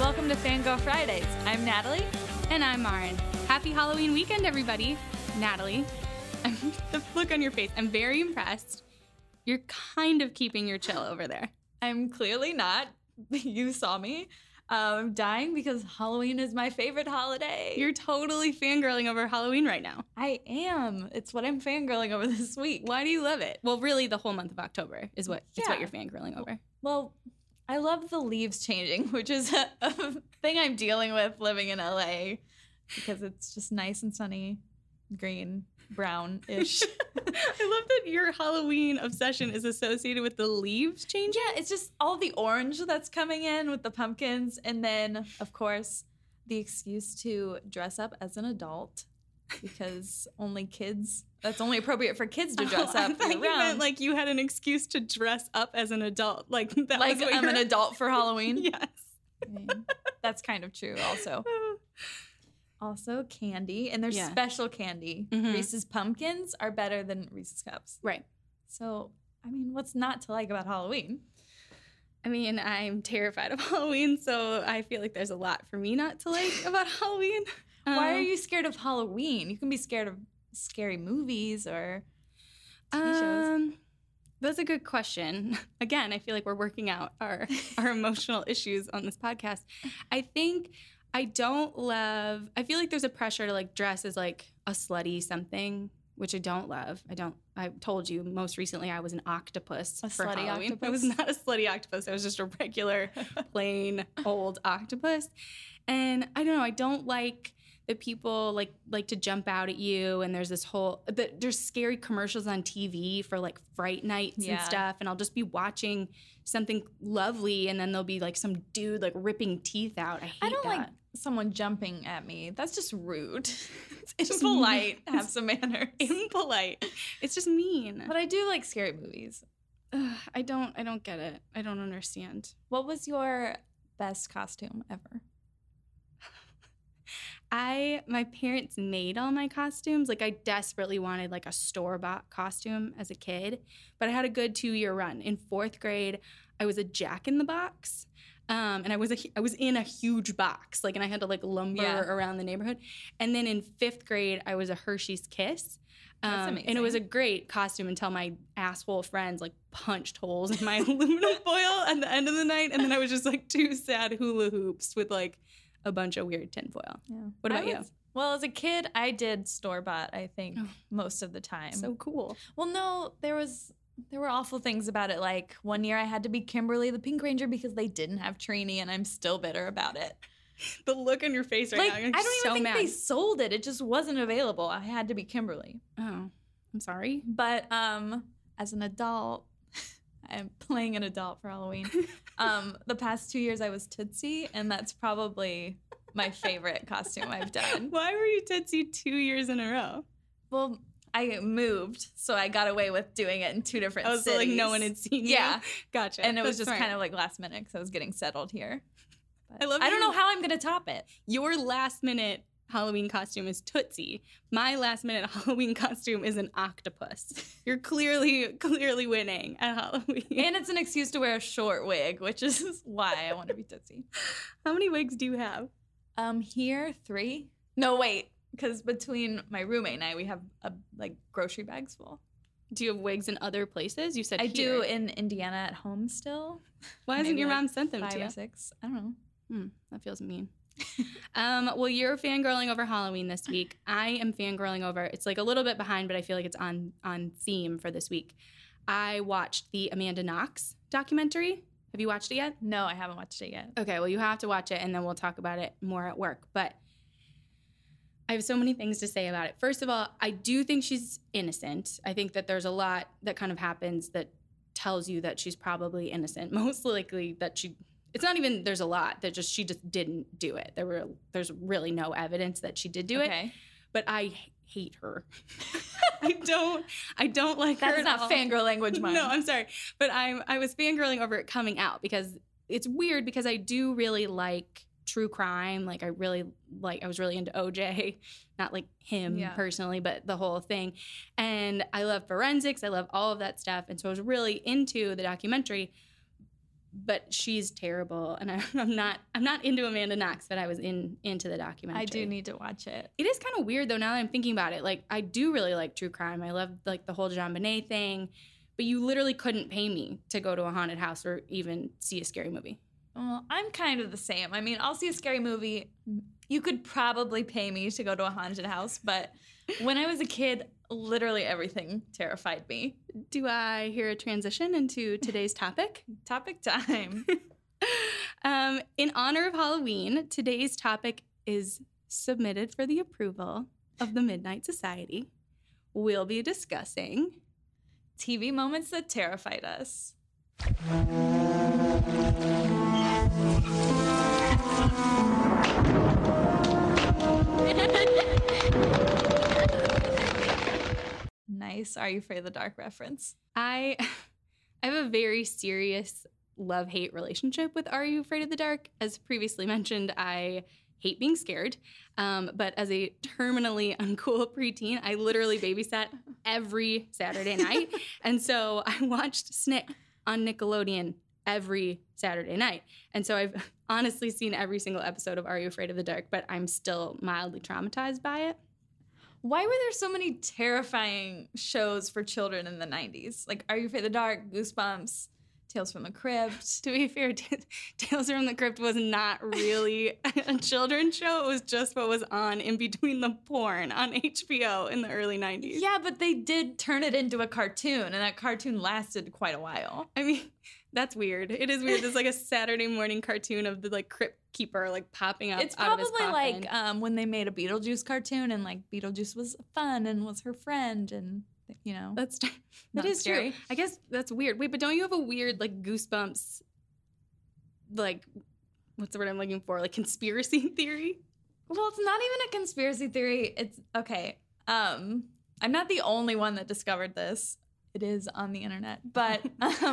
welcome to Fangirl Fridays. I'm Natalie. And I'm Marin. Happy Halloween weekend, everybody. Natalie, I'm, the look on your face, I'm very impressed. You're kind of keeping your chill over there. I'm clearly not. You saw me. Uh, I'm dying because Halloween is my favorite holiday. You're totally fangirling over Halloween right now. I am. It's what I'm fangirling over this week. Why do you love it? Well, really, the whole month of October is what it's what Yeah. you're fangirling over. Well, I love the leaves changing, which is a, a thing I'm dealing with living in LA because it's just nice and sunny, green, brown ish. I love that your Halloween obsession is associated with the leaves changing. yeah, it's just all the orange that's coming in with the pumpkins. And then, of course, the excuse to dress up as an adult because only kids, that's only appropriate for kids to dress Oh, I up. thought you year-round. meant like you had an excuse to dress up as an adult. Like that Like was what I'm an you're- adult for Halloween. Yes. I mean, that's kind of true also. Also candy, and there's Yeah. special candy. Mhm. Reese's pumpkins are better than Reese's cups. Right. So, I mean, what's not to like about Halloween? I mean, I'm terrified of Halloween, so I feel like there's a lot for me not to like about Halloween. Why Um, are you scared of Halloween? You can be scared of scary movies or TV shows. Um, that's a good question. Again, I feel like we're working out our our emotional issues on this podcast. I think I don't love. I feel like there's a pressure to like dress as like a slutty something, which I don't love. I don't. I told you most recently I was an octopus A for slutty Halloween. I octopus? was not a slutty octopus. I was just a regular plain old octopus and i don't know i don't like that people like like to jump out at you and there's this whole the, there's scary commercials on tv for like fright nights and Yeah. stuff and i'll just be watching something lovely and then there'll be like some dude like ripping teeth out i hate I don't that. like someone jumping at me. That's just rude. it's just impolite. mean. Have some manners. impolite it's just mean But I do like scary movies. Ugh, i don't i don't get it i don't understand What was your best costume ever? I my parents made all my costumes. Like I desperately wanted like a store bought costume as a kid, but I had a good two year run. In fourth grade, I was a Jack in the Box, um, and I was a hu- I was in a huge box, like, and I had to like lumber Yeah. around the neighborhood. And then in fifth grade, I was a Hershey's Kiss. That's Um, and it was a amazing. great costume until my asshole friends like punched holes in my aluminum foil at the end of the night, and then I was just like two sad hula hoops with like a bunch of weird tinfoil. Yeah. What I about you? was- Well, as a kid, I did store bought. I think Oh. most of the time. So cool. well, no, there was there were awful things about it. Like one year, I had to be Kimberly the Pink Ranger because they didn't have Trini, and I'm still bitter about it. The look on your face like I don't even think they sold it; it just wasn't available. I had to be Kimberly. oh, I'm sorry. But um, as an adult, I'm playing an adult for Halloween. um, the past two years, I was Tootsie, and that's probably my favorite costume I've done. Why were you Tootsie two years in a row? Well, I moved, so I got away with doing it in two different Oh, so cities. like no one had seen you. Yeah, gotcha. and it was That's just smart. kind of like last minute because I was getting settled here. But I love I that don't know you- how I'm gonna top it. your last minute Halloween costume is Tootsie. My last minute Halloween costume is an octopus. You're clearly clearly winning at Halloween. And it's an excuse to wear a short wig, which is why I want to be Tootsie. how many wigs do you have? Um, here three. No, wait, because between my roommate and I, we have a, like grocery bags full. Do you have wigs in other places? You said I do here. in Indiana at home still. Why hasn't maybe your like mom sent them Five to you? or six. I don't know. Hmm, that feels mean. um, well, you're fangirling over Halloween this week. I am fangirling over. It's like a little bit behind, but I feel like it's on on theme for this week. I watched the Amanda Knox documentary. Have you watched it yet? No, I haven't watched it yet. Okay, well, you have to watch it and then we'll talk about it more at work. But I have so many things to say about it. First of all, I do think she's innocent. I think that there's a lot that kind of happens that tells you that she's probably innocent. Most likely that she it's not even there's a lot that just she just didn't do it. There were there's really no evidence that she did do it, okay. but I h- hate her. I don't I don't like her. That's at all. not fangirl language, Mom. No, I'm sorry, but I'm I was fangirling over it coming out because it's weird because I do really like true crime. Like I really like I was really into OJ, not like him Yeah. personally, but the whole thing. And I love forensics. I love all of that stuff, and so I was really into the documentary. but she's terrible, and I, I'm not. I'm not into Amanda Knox, but I was in into the documentary. I do need to watch it. It is kind of weird though. Now that I'm thinking about it, like I do really like true crime. I love like the whole Jean Bonnet thing, but you literally couldn't pay me to go to a haunted house or even see a scary movie. Well, I'm kind of the same. I mean, I'll see a scary movie. You could probably pay me to go to a haunted house, but when I was a kid, literally everything terrified me. Do I hear a transition into today's topic? Topic time. um, in honor of Halloween, today's topic is submitted for the approval of the Midnight Society. We'll be discussing TV moments that terrified us. nice. Are you afraid of the dark reference? I I have a very serious love-hate relationship with Are You Afraid of the Dark? As previously mentioned, I hate being scared. Um, but as a terminally uncool preteen, I literally babysat every Saturday night. and so I watched Snick on Nickelodeon every Saturday night. And so I've honestly seen every single episode of Are You Afraid of the Dark, but I'm still mildly traumatized by it. Why were there so many terrifying shows for children in the 90s? Like Are You Afraid of the Dark, Goosebumps, Tales from the Crypt. To be fair, t- Tales from the Crypt was not really a children's show. It was just what was on in between the porn on HBO in the early 90s. Yeah, but they did turn it into a cartoon, and that cartoon lasted quite a while. I mean, that's weird. It is weird. There's like a Saturday morning cartoon of the like crypt keeper like popping up. It's probably like um, when they made a Beetlejuice cartoon, and like Beetlejuice was fun and was her friend, and you know that's that is scary. true. I guess that's weird. Wait, but don't you have a weird like goosebumps, like what's the word I'm looking for? Like conspiracy theory. Well, it's not even a conspiracy theory. It's okay. Um, I'm not the only one that discovered this. It is on the internet, but um,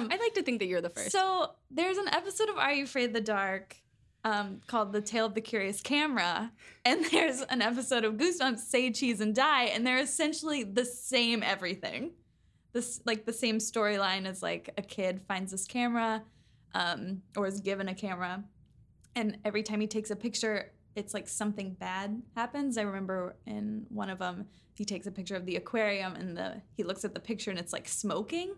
I like to think that you're the first. so there's an episode of Are You Afraid of the Dark um, called The Tale of the Curious Camera, and there's an episode of Goosebumps Say Cheese and Die, and they're essentially the same everything. This like the same storyline as like a kid finds this camera, um, or is given a camera, and every time he takes a picture, it's like something bad happens. I remember in one of them, he takes a picture of the aquarium, and the he looks at the picture and it's like smoking.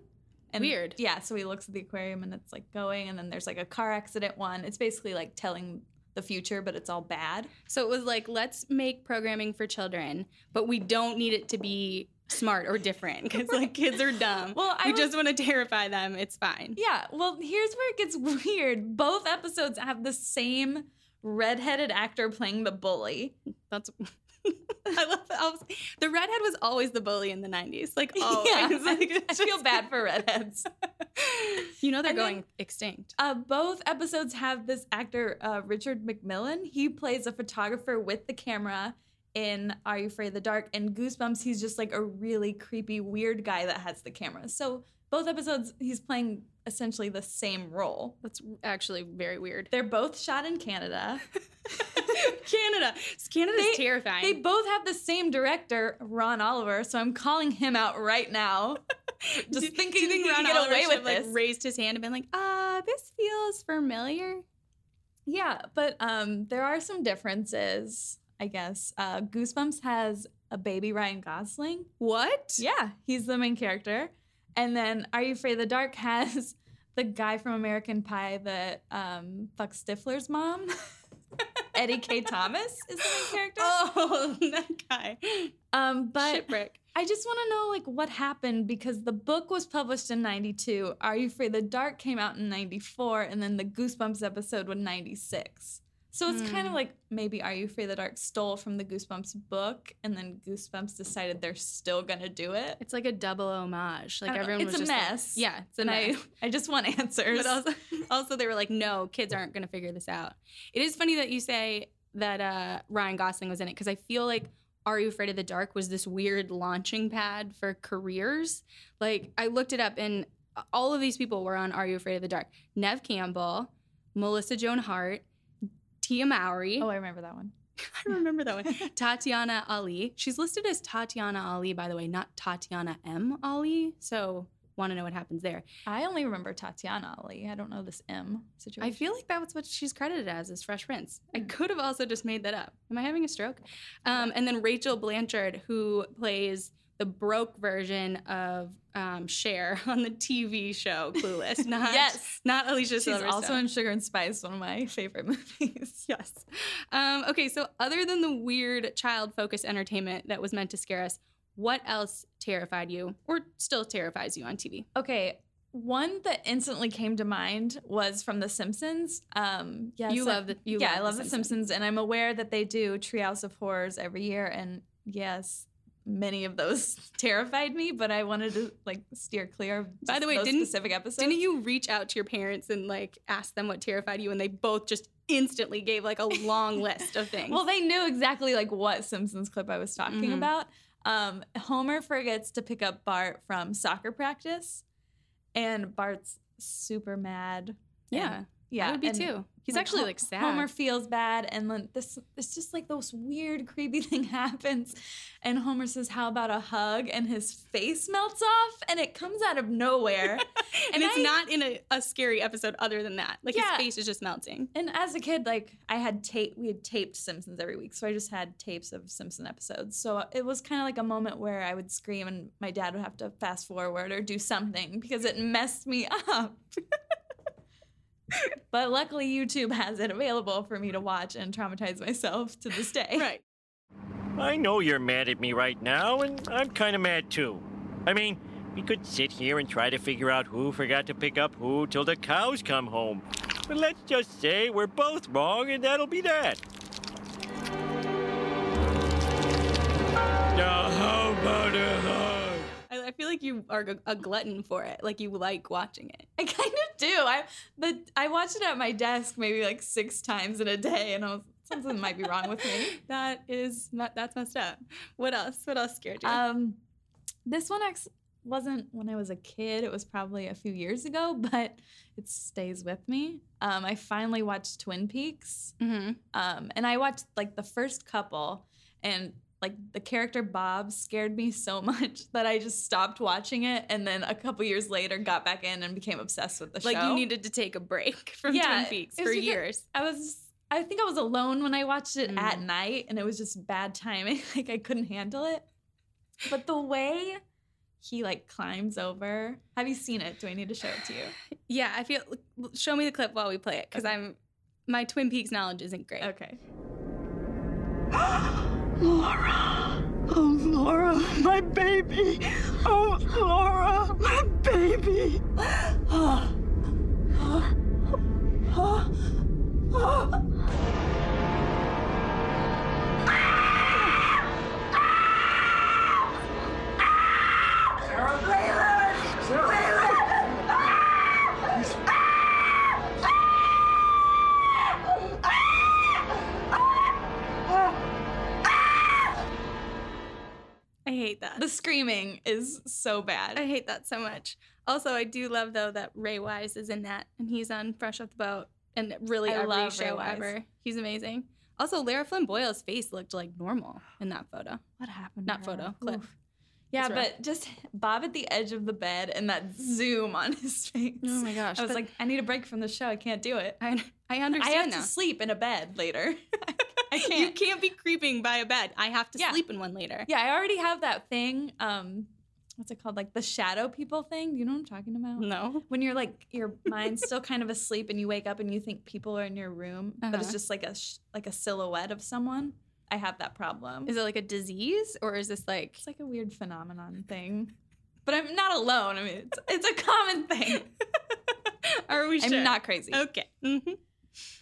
And Weird. yeah, so he looks at the aquarium and it's like going, and then there's like a car accident one. It's basically like telling the future, but it's all bad. So it was like, let's make programming for children, but we don't need it to be smart or different because like kids are dumb. Well, I we was- just want to terrify them. It's fine. Yeah, well, here's where it gets weird. Both episodes have the same redheaded actor playing the bully. That's. I love how the redhead was always the bully in the '90s. Like, oh, yeah, I feel bad for redheads. You know they're And then- going extinct. Uh, both episodes have this actor, uh, Richard McMillan. He plays a photographer with the camera in Are You Afraid of the Dark? And Goosebumps, he's just like a really creepy, weird guy that has the camera. So both episodes, he's playing essentially the same role. That's actually very weird. They're both shot in Canada. Canada, Canada's They- terrifying. They both have the same director, Ron Oliver, so I'm calling him out right now. Do- Just do thinking you he think can Ron get Oliver away should with have, like, this. raised his hand and been like, "Ah, Uh, this feels familiar." Yeah, but um, there are some differences, I guess. Uh, Goosebumps has a baby Ryan Gosling. What? Yeah, he's the main character. And then Are You Afraid of the Dark has the guy from American Pie that um, fucks Stifler's mom. Eddie K. Thomas is the main character. Oh, that guy. Um, but Shipwreck. I just want to know like what happened because the book was published in 92. Are You Afraid the Dark came out in 94 and then the Goosebumps episode was 96. So it's kind of Hmm. like maybe Are You Afraid the Dark stole from the Goosebumps book and then Goosebumps decided they're still going to do it. It's like a double homage. Like I don't know. everyone It's was a just like- mess. yeah, it's a And I mess. I just want answers. But also, also they were like, no, kids aren't going to figure this out. It is funny that you say that uh, Ryan Gosling was in it because I feel like Are You Afraid of the Dark was this weird launching pad for careers. Like I looked it up and all of these people were on Are You Afraid of the Dark? Nev Campbell, Melissa Joan Hart, Tia Mowry. oh, I remember that one. I remember that one. Tatiana Ali. She's listed as Tatiana Ali, by the way, not Tatiana M. Ali. So want to know what happens there. I only remember Tatiana Ali. I don't know this M situation. I feel like that was what she's credited as is Fresh Prince. I Hmm. could have also just made that up. Am I having a stroke? Um, and then Rachel Blanchard, who plays the broke version of um, Cher on the TV show Clueless. Not yes. not Alicia She's Silverstone. also in Sugar and Spice, one of my favorite movies. yes. Um, okay, so other than the weird child-focused entertainment that was meant to scare us, what else terrified you or still terrifies you on TV? Okay. One that instantly came to mind was from The Simpsons. Um, yes, You I- love the- you yeah, love I The love The Simpsons. Simpsons. and I'm aware that they do Treehouse of Horrors every year, and yes, many of those terrified me. But I wanted to like steer clear. Of By the just way, those didn't- specific episodes? Didn't you reach out to your parents and like ask them what terrified you and they both just instantly gave like a long list of things? Well, they knew exactly like what Simpsons clip I was talking Mhm. about. Um, Homer forgets to pick up Bart from soccer practice, and Bart's super mad. yeah, Yeah, I would be and too. He's like, actually Ho- like sad. Homer feels bad, and then this it's just like this weird, creepy thing happens, and Homer says, "How about a hug?" and his face melts off, and it comes out of nowhere. and it's I- not in a, a scary episode other than that. Like his Yeah. face is just melting. And as a kid, like I had tape, we had taped Simpsons every week, so I just had tapes of Simpson episodes. So it was kind of like a moment where I would scream, and my dad would have to fast forward or do something because it messed me up. but luckily, YouTube has it available for me to watch and traumatize myself to this day. Right. I know you're mad at me right now, and I'm kind of mad too. I mean, we could sit here and try to figure out who forgot to pick up who till the cows come home. But let's just say we're both wrong, and that'll be that. Now, how about a hug? I, I feel like you are g- a glutton for it. Like you like watching it. I kind of do. I the I watched it at my desk maybe like six times in a day, and I was something might be wrong with me. That is me- that's messed up. What else? What else scared you? Um, this one ex- wasn't when I was a kid. It was probably a few years ago, but it stays with me. Um, I finally watched Twin Peaks, mm-hmm. um, and I watched like the first couple, and like the character Bob scared me so much that I just stopped watching it, and then a couple years later got back in and became obsessed with the Like show. you needed to take a break from Yeah, Twin Peaks it for was because- years. I was. Just, I think I was alone when I watched it at Mm. night, and it was just bad timing. Like I couldn't handle it. But the way he like climbs over. Have you seen it? Do I need to show it to you? Yeah, I feel. Show me the clip while we play it because Okay. I'm my Twin Peaks knowledge isn't great. Okay. Laura. Oh, Laura, my baby. Oh, Laura, my baby. Ah. Ah. Ah. Ah. Sarah Palin! Sarah Palin! Ah! I hate that. The screaming is so I bad. hate that so much. Also, I do love though that Ray Wise is in that, and he's on Fresh Off the Boat, and really I every love Ray show Wise. ever. He's amazing. Also, Lara Flynn Boyle's face looked like normal in that photo. What happened? Not photo, clip. Oof. Yeah, It's rough. but just Bob at the edge of the bed and that zoom on his face. Oh my gosh! I was like, I need a break from the show. I can't do it. I, I I understand have now. to sleep in a bed later. I can't. You can't be creeping by a bed. I have to Yeah. sleep in one later. Yeah, I already have that thing. Um, what's it called? Like the shadow people thing. Do you know what I'm talking about? No. When you're like your mind's still kind of asleep and you wake up and you think people are in your room, but Uh-huh. it's just like a sh- like a silhouette of someone. I have that problem. Is it like a disease or is this like It's like a weird phenomenon thing. But I'm not alone. I mean, it's, it's a common thing. Are we I'm not crazy. Okay. hmm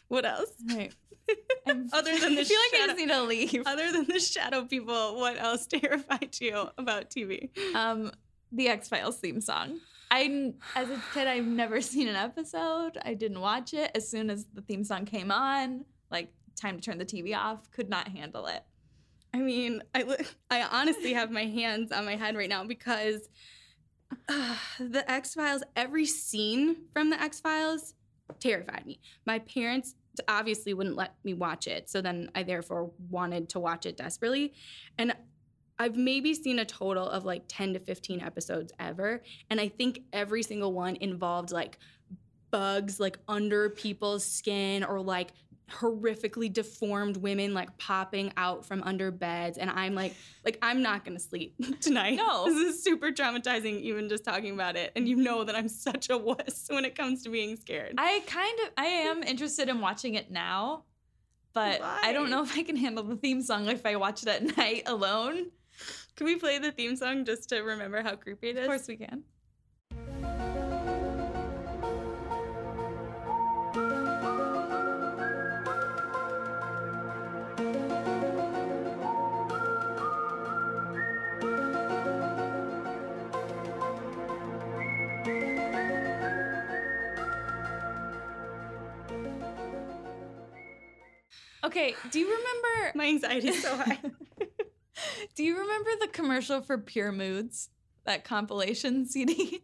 What else? Right. I'm- Other than the I feel like I shadow- just need to leave. Other than the shadow people, what else terrified you about TV? um, the X Files theme song. I, as a kid, I've never seen an episode. I didn't watch it. As soon as the theme song came on, like time to turn the TV off, could not handle it. I mean, I li- I honestly have my hands on my head right now because uh, the X Files. Every scene from the X Files terrified me. My parents obviously wouldn't let me watch it, so then I therefore wanted to watch it desperately, and I've maybe seen a total of like 10 to 15 episodes ever. And I think every single one involved like bugs like under people's skin or like horrifically deformed women like popping out from under beds and I'm like like I'm not going to sleep tonight. No. This is super traumatizing even just talking about it and you know that I'm such a wuss when it comes to being scared. I kind of I am interested in watching it now, but I don't Why? know if I can handle the theme song if I watch it at night alone. Can we play the theme song just to remember how creepy it is? Of course we can. Okay, do you remember My anxiety's so high. do you remember the commercial for Pure Moods? That compilation CD?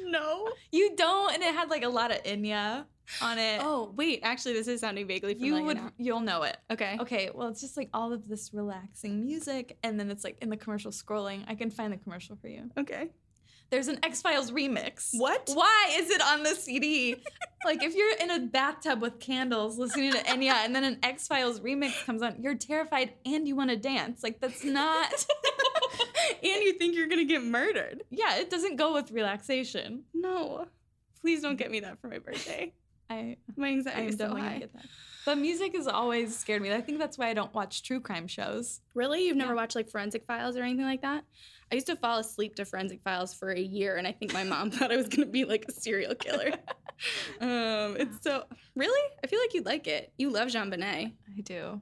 no. You don't, and it had like a lot of Inya on it. Oh, wait, actually this is sounding vaguely familiar. you would, now. you'll know it. Okay. Okay, well, it's just like all of this relaxing music, and then it's like in the commercial scrolling. I can find the commercial for you. Okay. There's an X Files remix. What? Why is it on the CD? like if you're in a bathtub with candles listening to Enya, and then an X Files remix comes on, you're terrified and you want to dance. Like that's not. and you think you're gonna get murdered. yeah, it doesn't go with relaxation. No. Please don't get me that for my birthday. I My anxiety I'm is so definitely high. gonna get that. But music has always scared me. I think that's why I don't watch true crime shows. Really? You've never watched like Forensic Files or anything like that? I used to fall asleep to Forensic Files for a year, and I think my mom thought I was going to be like a serial killer. um, it's so really. I feel like you'd like it. You love Jean Bonnet, I do.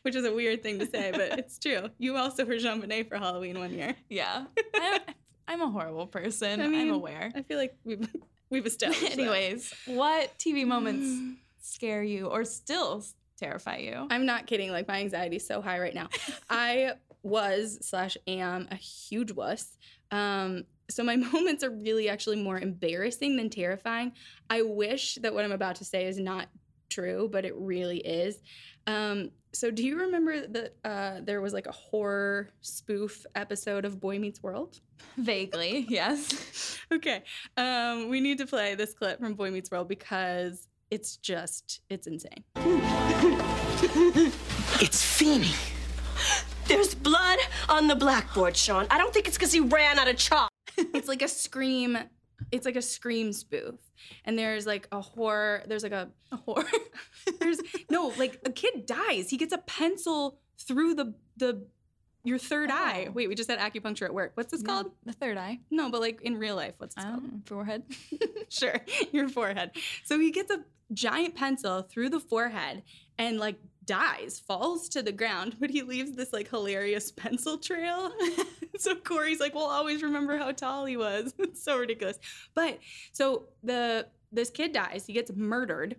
which is a weird thing to say, but it's true. You also were Jean Bonnet for Halloween one year. Yeah. I'm, I'm a horrible person. I I'm mean, aware. I feel like we've we've established. that. Anyways, what TV moments scare you or still s- terrify you? I'm not kidding. Like my anxiety's so high right now. I was slash am a huge wuss. Um, so my moments are really actually more embarrassing than terrifying. I wish that what I'm about to say is not true, but it really is. Um, so do you remember that uh, there was like a horror spoof episode of Boy Meets World? Vaguely, yes. okay. Um, we need to play this clip from Boy Meets World because it's just it's insane. It's Feeny. There's blood on the blackboard, Sean. I don't think it's because he ran out of chalk. it's like a scream it's like a scream spoof and there's like a horror there's like a, a horror there's no like a kid dies he gets a pencil through the the your third eye Oh. wait we just had acupuncture at work what's this It's called called The Third Eye. no but like in real life what's this called Um, forehead. sure, your forehead. So he gets a giant pencil through the forehead and like dies, falls to the ground, but he leaves this like hilarious pencil trail. so Corey's like, we'll always remember how tall he was. It's so ridiculous. But so the this kid dies, he gets murdered.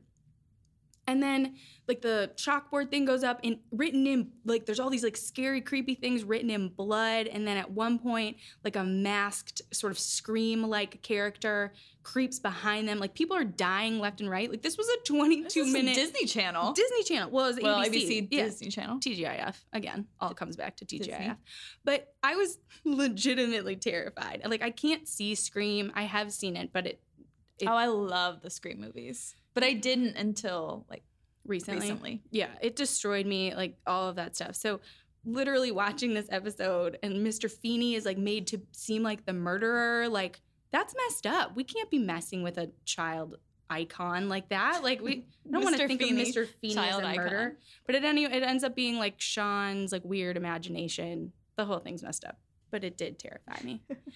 And then like the chalkboard thing goes up and written in like there's all these like scary creepy things written in blood and then at one point like a masked sort of scream like character creeps behind them like people are dying left and right like this was a 22 This is minute Disney Channel. Disney Channel well it was well, ABC, ABC yeah. Disney Channel. TGIF again, all comes back to TGIF. Disney. But I was legitimately terrified. Like I can't see Scream. I have seen it, but it It- oh, I love the Scream movies, but I didn't until like recently. recently. Yeah, it destroyed me, like all of that stuff. So literally watching this episode and Mr. Feeney is like made to seem like the murderer, like that's messed up. We can't be messing with a child icon like that. Like we I don't want to Mr. think Feeney, of Mr. Feeney as child a icon. murderer. But it any it ends up being like Sean's like weird imagination. The whole thing's messed up. But it did terrify me.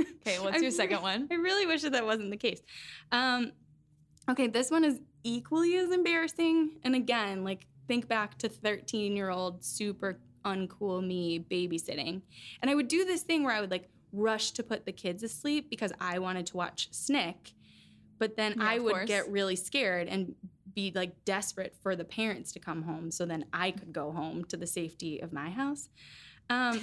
Okay, what's I your second really- one? I really wish that that wasn't the case. Um, okay, this one is equally as embarrassing. And again, like think back to 13 year old super uncool me babysitting. And I would do this thing where I would like rush to put the kids asleep because I wanted to watch Snick. But then Yeah, I of would course. get really scared and be like desperate for the parents to come home so then I could go home to the safety of my house. Um,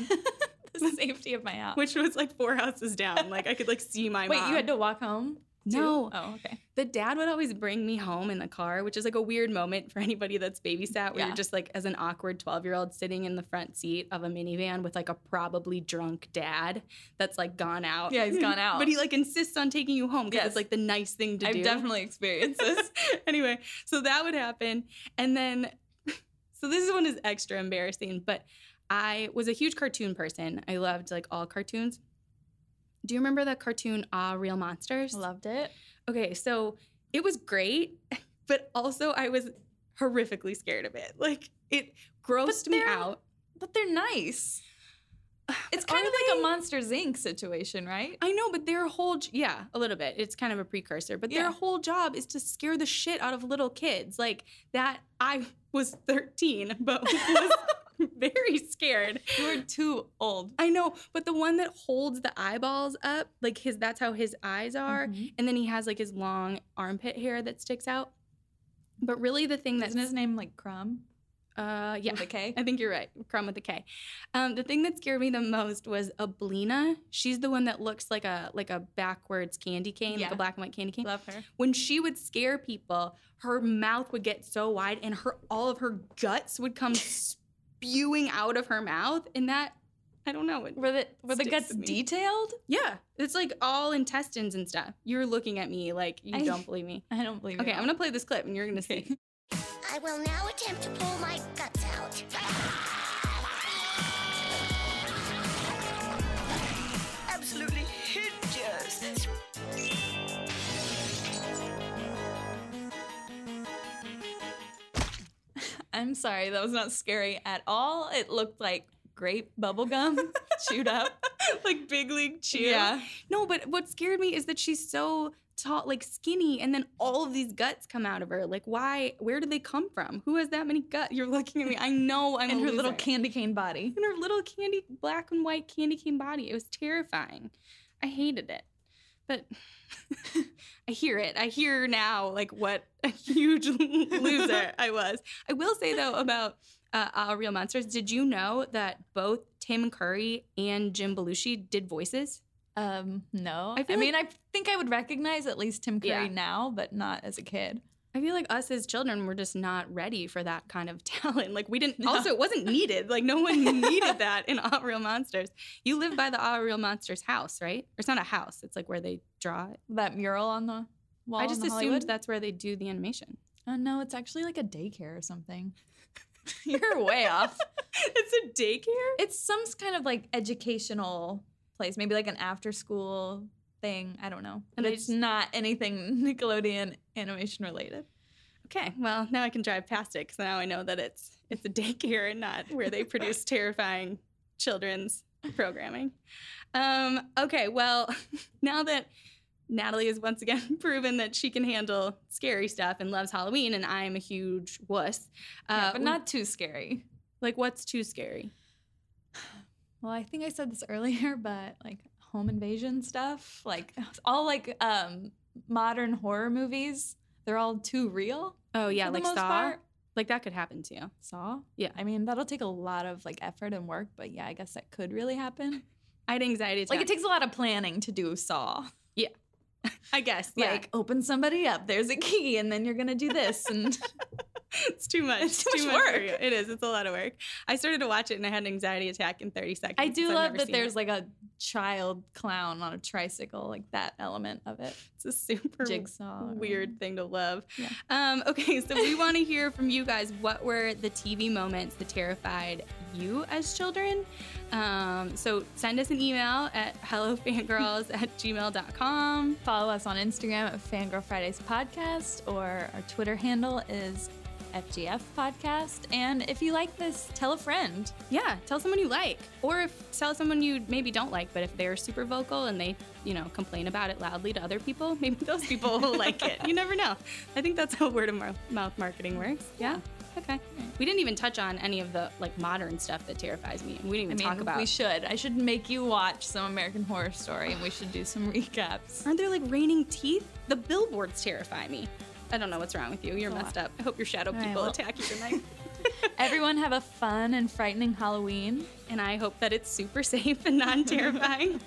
the safety of my house. which was like four houses down. Like I could like see my Wait, mom. you had to walk home? too? No. Oh, okay. the dad would always bring me home in the car, which is like a weird moment for anybody that's babysat, where Yeah. you're just like, as an awkward 12 year old, sitting in the front seat of a minivan with like a probably drunk dad that's like gone out. Yeah, he's gone out. But he like insists on taking you home because Yes. it's like the nice thing to I've do. definitely experienced this. anyway, so that would happen. And then, so this one is extra embarrassing, but I was a huge cartoon person. I loved like all cartoons. Do you remember the cartoon Ah Real Monsters? Loved it. Okay, so it was great, but also I was horrifically scared of it. Like it grossed me they're- out. But they're nice. It's kind are of like they? a Monsters Inc. situation, right? I know, but their whole j- yeah, a little bit. It's kind of a precursor, but Yeah. their whole job is to scare the shit out of little kids. Like that I was 13, but was very scared. You were too old. I know, but the one that holds the eyeballs up, like his that's how his eyes are, Mhm. and then he has like his long armpit hair that sticks out. But really the thing that's Isn't his name like Crumb? uh yeah. With a K? I think you're right. Crumb with a K. Um, the thing that scared me the most was Ablina. She's the one that looks like a like a backwards candy cane, like Yeah. a black and white candy cane. Love her. When she would scare people, her mouth would get so wide, and her all of her guts would come spewing out of her mouth, and that I don't know. It, Were the were the Sticks guts with me. detailed? yeah, it's like all intestines and stuff. You're looking at me like you I- don't believe me. I don't believe Okay, it. I'm gonna play this clip, and you're gonna see. I will now attempt to pull my guts out. Absolutely hideous. I'm sorry, that was not scary at all. It looked like grape bubblegum chewed up. like big league chew. Yeah. No, but what scared me is that she's so tall, like skinny, and then all of these guts come out of her. Like, why? Where do they come from? Who has that many guts? You're looking at me. I know I'm And a her little loser. candy cane body. and her little candy black and white candy cane body. It was terrifying. I hated it. But I hear it. I hear now like what a huge loser I was. I will say though about uh, uh, Real Monsters. Did you know that both Tim Curry and Jim Belushi did voices? Um, no. I, I feel mean, I think I would recognize at least Tim Curry Yeah. now, but not as a kid. I feel like us as children were just not ready for that kind of talent. Like we didn't. No. Also, it wasn't needed. Like no one needed that in All Real Monsters. You live by the All Real Monsters house, right? Or it's not a house. It's like where they draw it. That mural on the wall. I in just the assumed Hollywood? that's where they do the animation. Oh no, it's actually like a daycare or something. You're way off. it's a daycare. It's some kind of like educational place, maybe like an after school thing. I don't know. And And they it's just- not anything Nickelodeon animation related. Okay. Well, now I can drive past it because now I know that it's it's a daycare and not where they produce terrifying children's programming. Um, okay. Well, now that Natalie has once again proven that she can handle scary stuff and loves Halloween, and I'm a huge wuss. Uh, yeah, but we- not too scary. like what's too scary. Well, I think I said this earlier, but like home invasion stuff, like all like um modern horror movies, they're all too real. Oh yeah, for the like most Saw. part. Like that could happen to you. Saw. Yeah. I mean, that'll take a lot of like effort and work, but yeah, I guess that could really happen. I had anxiety. Like attack- it takes a lot of planning to do Saw. I guess. Yeah. Like open somebody up, there's a key, and then you're gonna do this, and it's too much. It's too much for work. you. It is. It's a lot of work. I started to watch it and I had an anxiety attack in 30 seconds. I do so I've love never that seen there's it. like a child clown on a tricycle, like that element of it. it's a super Jigsaw. or weird thing to love. Yeah. Um, okay, so we want to hear from you guys. What were the TV moments that terrified you as children? Um, so send us an email at hellofangirls at gmail.com. Follow us on Instagram at Fangirl Fridays Podcast, or our Twitter handle is FGF Podcast. And if you like this, tell a friend. Yeah, tell someone you like, or if tell someone you maybe don't like, but if they're super vocal and they, you know, complain about it loudly to other people, maybe those people will like it. You never know. I think that's how word of mou- mouth marketing works. Yeah. Okay. We didn't even touch on any of the like modern stuff that terrifies me. We didn't even I mean, talk about. we should. I should make you watch some American Horror Story, and we should do some recaps. Aren't there like raining teeth? The billboards terrify me. I don't know what's wrong with you. You're a lot. messed up. I hope your shadow right, people well- attack you tonight. Everyone have a fun and frightening Halloween. and I hope that it's super safe and non terrifying.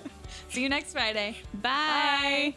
See you next Friday. Bye.